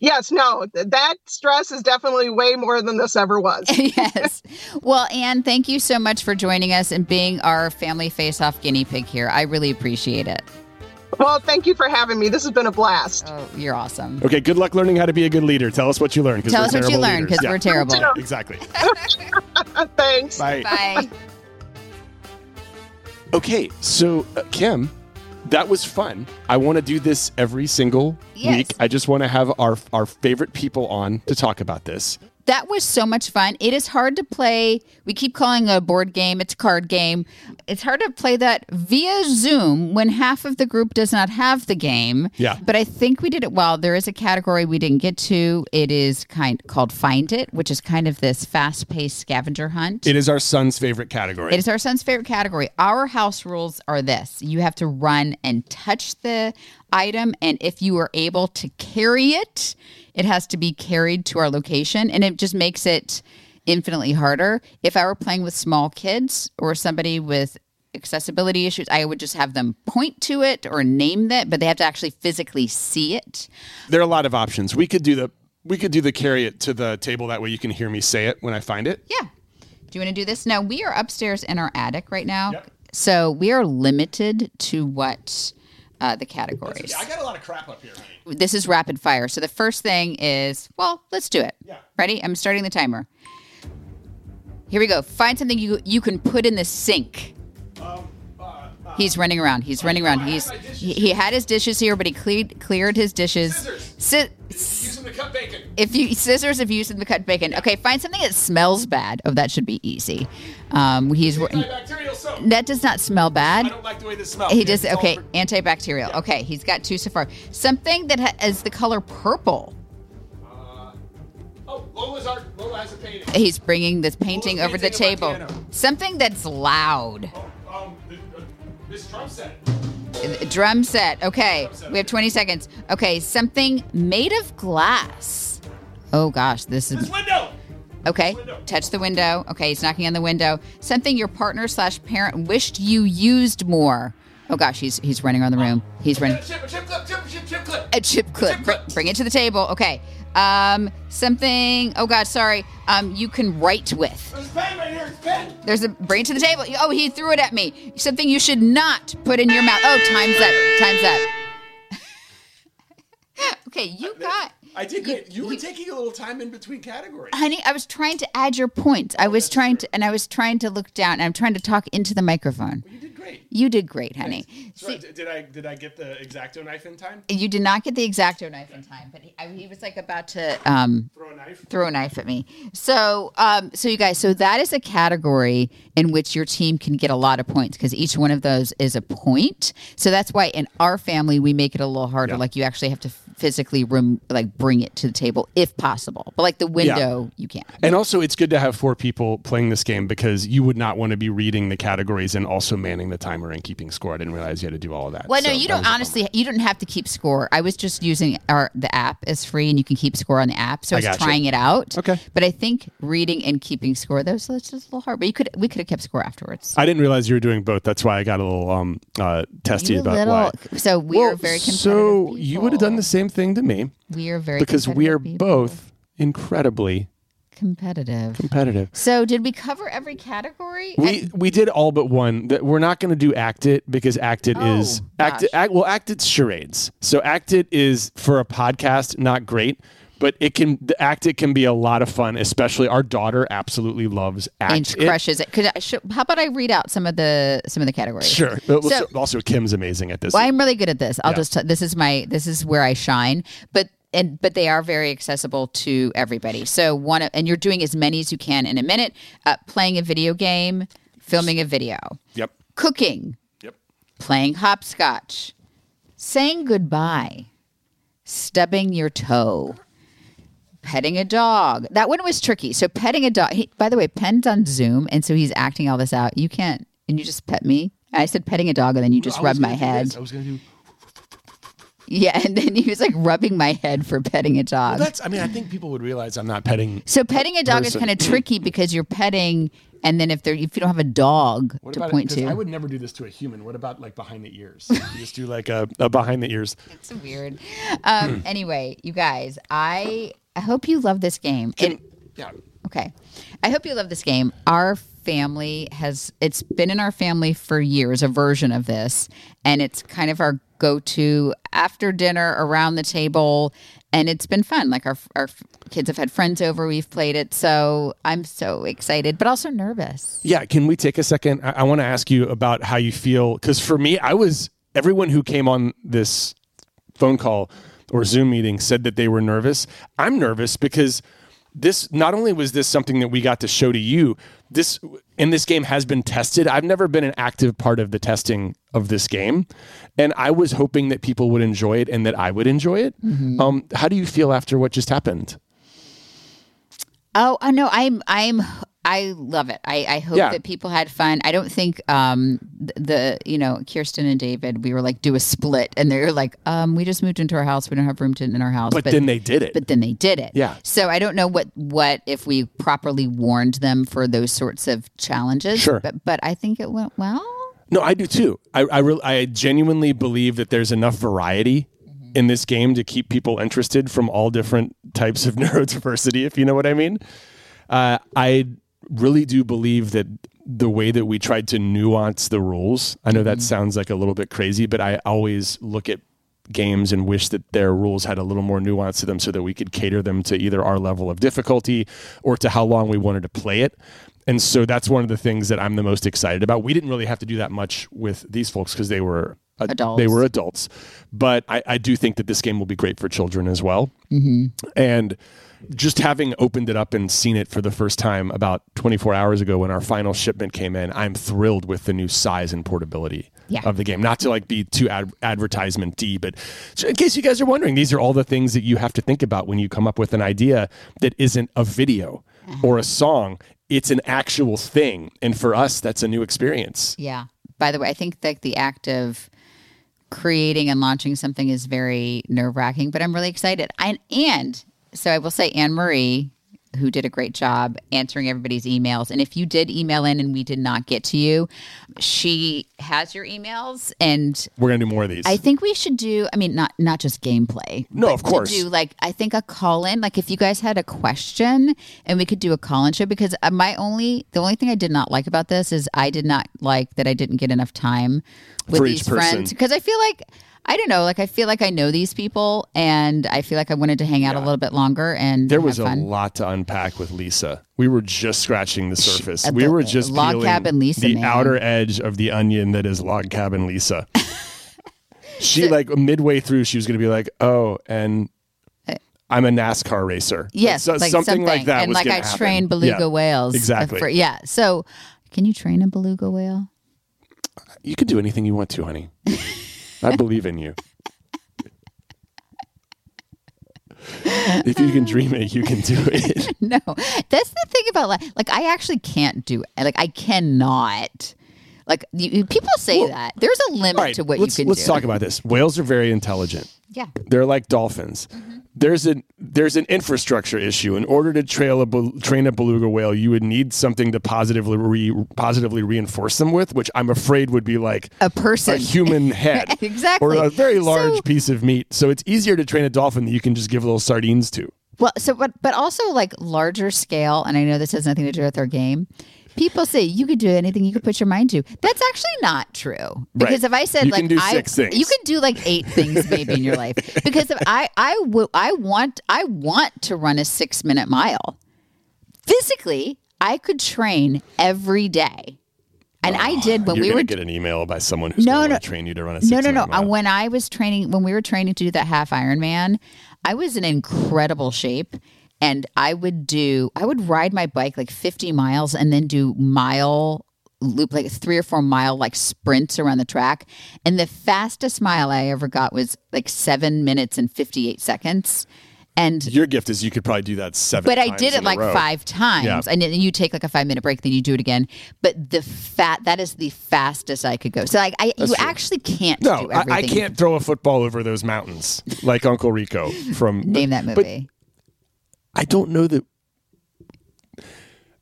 Yes, no, th- that stress is definitely way more than this ever was. yes. Well, Anne, thank you so much for joining us and being our family face-off guinea pig here. I really appreciate it. well, thank you for having me. This has been a blast. Oh, you're awesome. okay, good luck learning how to be a good leader. Tell us what you learned. 'cause Tell we're us what you terrible learned leaders. because Yeah, we're terrible. exactly. Thanks. Bye. Bye. Okay, so uh, Kim, that was fun. I want to do this every single Yes. week. I just want to have our our favorite people on to talk about this. That was so much fun. It is hard to play. We keep calling it a board game, it's a card game. It's hard to play that via Zoom when half of the group does not have the game. Yeah. But I think we did it well. There is a category we didn't get to. It is kind called Find It, which is kind of this fast-paced scavenger hunt. It is our son's favorite category. It is our son's favorite category. Our house rules are this you have to run and touch the item, and if you are able to carry it, it has to be carried to our location, and it just makes it infinitely harder. If I were playing with small kids or somebody with accessibility issues, I would just have them point to it or name that, but they have to actually physically see it. there are a lot of options. We could do the we could do the carry it to the table that way you can hear me say it when I find it. Yeah. Do you want to do this? Now, we are upstairs in our attic right now. So we are limited to what uh, the categories. got a lot of crap up here. this is rapid fire. So the first thing is, well, let's do it. Ready? I'm starting the timer. Here we go. Find something you you can put in the sink. Uh, He's running around. He's running around. He's he, he had his dishes here, but he cleared cleared his dishes. Scissors. Using the cut bacon. If you scissors, if you use them to cut bacon. Okay, find something that smells bad. Oh, that should be easy. Um, he's Antibacterial soap. that does not smell bad. I don't like the way this smells. He does It's all okay. for- Antibacterial. Okay, he's got two so far. Something that ha- is the color purple. Oh, Lola's art. Lola has a painting. He's bringing this painting over the painting of our table. Something that's loud. Um, th- uh, this Trump set. A Drum set. Okay, we have 20 seconds. Okay, something made of glass. Oh gosh, this is. Window. Okay, touch the window. Okay, he's knocking on the window. Something your partner slash parent wished you used more. Oh gosh, he's he's running around the room. He's running. Chip, chip clip. Chip, chip, chip clip. A chip clip. Br- bring it to the table. Okay. Um, something. Oh gosh, sorry. Um, you can write with. There's a pen right here. It's a pen. There's a bring it to the table. Oh, he threw it at me. Something you should not put in your mouth. Oh, time's up. Time's up. okay, you got. I did great. You, were taking a little time in between categories. Honey, I was trying to add your points. I was trying to, and I was trying to look down, and I'm trying to talk into the microphone. You did great. You did great, honey. So d- did I did I get the exacto knife in time? You did not get the exacto knife in time, but he, I, he was like about to um, Throw a knife. throw a knife at me. So, um, so you guys, so that is a category in which your team can get a lot of points because each one of those is a point. So that's why in our family we make it a little harder. Like you actually have to physically rem- like bring it to the table if possible, but like the window you can. And also, it's good to have four people playing this game because you would not want to be reading the categories and also manning the timer and keeping score. I didn't realize you had to do all of that. Well, no, So you that don't was- honestly. You don't have to keep score. I was just using our the app is free, and you can keep score on the app. I So I was gotcha. trying it out. Okay. but I think reading and keeping score those that's just a little hard. But you could we could have kept score afterwards. I didn't realize you were doing both. That's why I got a little um uh testy You about little- why. So we are very competitive. so you would have done the same thing to me we are very because we competitive are people. both incredibly competitive. competitive. So did we cover every category? We we did all but one. That we're not going to do act it because act it Oh, is act it. Act, well, act it's charades. So act it is for a podcast, not great, but it can the act it can be a lot of fun. Especially our daughter absolutely loves act and it. crushes it. Could I, should, how about I read out some of the some of the categories? Sure. But So- also- also, Kim's amazing at this. Well, I'm really good at this. I'll Yeah. just t- this is my this is where I shine. But and but they are very accessible to everybody. So one of- and you're doing as many as you can in a minute. Uh, playing a video game, filming a video, yep. cooking, Yep. playing hopscotch, saying goodbye, stubbing your toe, petting a dog. That one was tricky. So petting a dog. He, by the way, Penn's on Zoom, and so he's acting all this out. You can't. And you just pet me. I said petting a dog, and then you just I was rubbed my gonna do head. Um, this. I was going to do. Yeah, and then he was like rubbing my head for petting a Well, dog. that's. I mean, I think people would realize I'm not petting. so petting a dog person. is kind of tricky because you're petting, and then if they are if you don't have a dog What to about point it? 'Cause to, I would never do this to a human. What about like behind the ears? you just do like a, a behind the ears. it's weird. Um, anyway, you guys, I I hope you love this game. It- Yeah. Okay. I hope you love this game. Our family has it's been in our family for years, a version of this, and it's kind of our go-to after dinner around the table and it's been fun. Like our our kids have had friends over, we've played it. So, I'm so excited but also nervous. Yeah, can we take a second? I, I want to ask you about how you feel because for me, I was everyone who came on this phone call or Zoom meeting said that they were nervous. I'm nervous because this not only was this something that we got to show to you, this and this game has been tested. I've never been an active part of the testing of this game, and I was hoping that people would enjoy it and that I would enjoy it. Um, how do you feel after what just happened? Oh, I know. I'm, I'm, I love it. I, I hope Yeah. that people had fun. I don't think um th- the you know Kirsten and David we were like do a split and they were like um we just moved into our house we don't have room to, in our house But then they did it. but then they did it Yeah. so I don't know what what if we properly warned them for those sorts of challenges Sure. but but I think it went well No, I do too. I I, re- I genuinely believe that there's enough variety in this game to keep people interested from all different types of neurodiversity, if you know what I mean. Uh, I really do believe that the way that we tried to nuance the rules. I know that sounds like a little bit crazy, but I always look at games and wish that their rules had a little more nuance to them so that we could cater them to either our level of difficulty or to how long we wanted to play it. And so that's one of the things that I'm the most excited about. We didn't really have to do that much with these folks because they were ad- Adults. They were adults, but I, I do think that this game will be great for children as well. And just having opened it up and seen it for the first time about 24 hours ago when our final shipment came in, I'm thrilled with the new size and portability Yeah. of the game. Not to like be too ad- advertisement D, but so in case you guys are wondering, these are all the things that you have to think about when you come up with an idea that isn't a video Mm-hmm. or a song. It's an actual thing, and for us, that's a new experience. yeah by the way I think that the act of creating and launching something is very nerve wracking, but I'm really excited. And and so I will say Anne Marie, who did a great job answering everybody's emails. And if you did email in and we did not get to you, she has your emails and We're gonna do more of these. I think we should do. I mean, not not just gameplay. No, but of course. To do like I think a call in. Like if you guys had a question, and we could do a call in show because uh, my only the only thing I did not like about this is I did not like that I didn't get enough time with For each these friends person. because I feel like I don't know. Like I feel like I know these people, and I feel like I wanted to hang out a little bit longer. And There have was a fun. lot to unpack with Lisa. We were just scratching the surface. at we the were just log peeling cabin Lisa, the man. outer edge of the onion that is log cabin Lisa. she like midway through, she was going to be like, "Oh, and I'm a NASCAR racer." Uh, Yes, So- like something, like that. And was like gonna I happen. train beluga Yeah, whales. uh, Exactly. for- yeah. So can you train a beluga whale? You can do anything you want to, honey. I believe in you. if you can dream it, you can do it. no, that's the thing about like, like I actually can't do it. Like I cannot. Like you, you- people say that there's a limit All right, to what let's, you can let's do. talk about this. Whales are very intelligent. Yeah. They're like dolphins. Mm-hmm. There's an there's an infrastructure issue. In order to trail a bel- train a beluga whale, you would need something to positively re, positively reinforce them with, which I'm afraid would be like a person, a human head, Exactly. or a very large So- piece of meat. So it's easier to train a dolphin that you can just give little sardines to. Well, so but but also like larger scale, and I know this has nothing to do with our game. People say you could do anything you could put your mind to. That's actually not true because if I said You like can do I, six things. you can do like eight things maybe in your life because if I I wo- I want I want to run a six minute mile physically. I could train every day, and I did when You're we gonna were get an email by someone who's No, going to no. train you to run a six no, no, no. minute Uh, mile. When I was training, when we were training to do that half Ironman, I was in incredible shape. And I would do, I would ride my bike like 50 miles and then do mile loop, like three or four mile like sprints around the track. And the fastest mile I ever got was like seven minutes and 58 seconds. And Your gift is you could probably do that seven. but I times did in it a like row. five times, Yeah. and then you take like a five minute break, then you do it again. But the fat that is the fastest I could go. So like I, you actually can't. No, do I, everything. I can't throw a football over those mountains like Uncle Rico from. name that movie. I don't know that.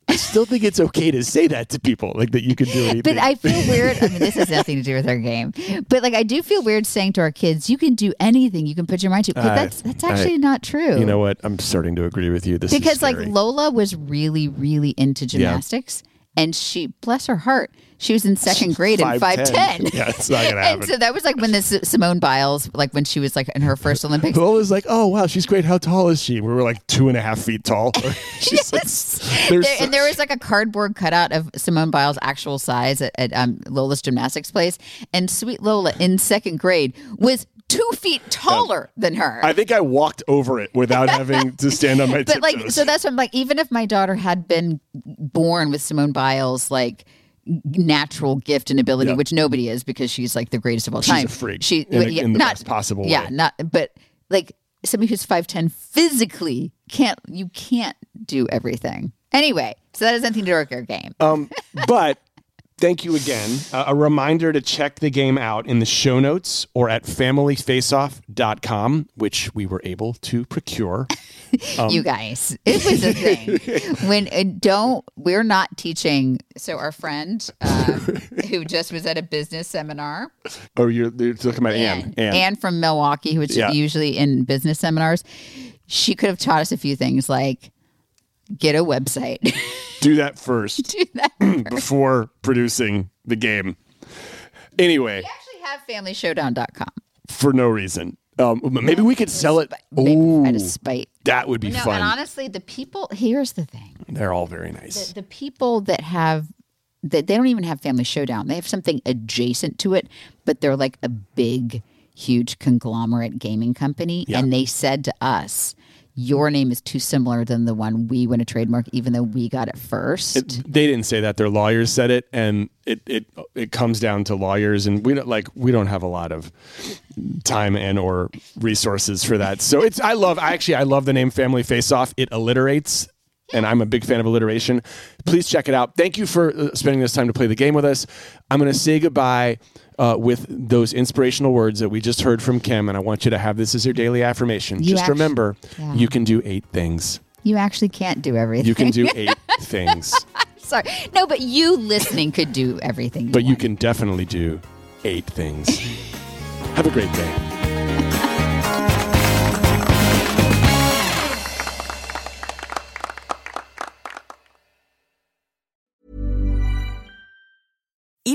I still think it's okay to say that to people, like that you can do anything. But, I feel weird. I mean, this has nothing to do with our game. But like, I do feel weird saying to our kids, "You can do anything. You can put your mind to." But Uh, that's that's I- actually not true. you know what? I'm starting to agree with you. This is because like scary. Lola was really really into gymnastics, and she bless her heart, she was in second grade in five 5'10". ten. Yeah, it's not gonna and happen. so that was like when this Simone Biles, like when she was like in her first Olympics. Lola's like, oh wow, she's great. How tall is she? We were like two and a half feet tall. she's like, There, there's so- and there was like a cardboard cutout of Simone Biles' actual size at, at um, Lola's gymnastics place. And sweet Lola in second grade was two feet taller than her. I think I walked over it without having to stand on my but like, tiptoes. so that's what I'm like. Even if my daughter had been born with Simone Biles, like natural gift and ability, which nobody is because she's like the greatest of all She's a time. freak She in a- yeah, in the not best possible Yeah, way. not but like somebody who's five ten physically can't you can't do everything. Anyway, so that has nothing to do with our game. Um, but thank you again. Uh, a reminder to check the game out in the show notes or at familyfaceoff.com, which we were able to procure. Um, you guys, it was a thing. when uh, don't we're not teaching. So our friend uh, who just was at a business seminar, Oh, you're, you're talking about Anne. Anne. and from Milwaukee, who is Yeah. usually in business seminars, she could have taught us a few things like get a website. Do that first. Do that Mm. before producing the game. Anyway, actually have familyshowdown.com. for no reason. Um, maybe we could sell it. Ooh, out of spite. That would be No, fun. and honestly, the people here's the thing. They're all very nice. The, the people that have that they don't even have family showdown. They have something adjacent to it, but they're like a big, huge conglomerate gaming company. And they said to us, Your name is too similar than the one we want to trademark, even though we got it first. It- they didn't say that. Their lawyers said it, and it it it comes down to lawyers, and we don't like we don't have a lot of time and or resources for that. So it's I love I actually I love the name Family Face Off. It alliterates. And I'm a big fan of alliteration. Please check it out. Thank you for uh, spending this time to play the game with us. I'm going to say goodbye uh, with those inspirational words that we just heard from Kim, and I want you to have this as your daily affirmation. You just actu- remember, Yeah. you can do eight things. you actually can't do everything. You can do eight things. Sorry. No, but you listening could do everything. But you can definitely do eight things. Have a great day.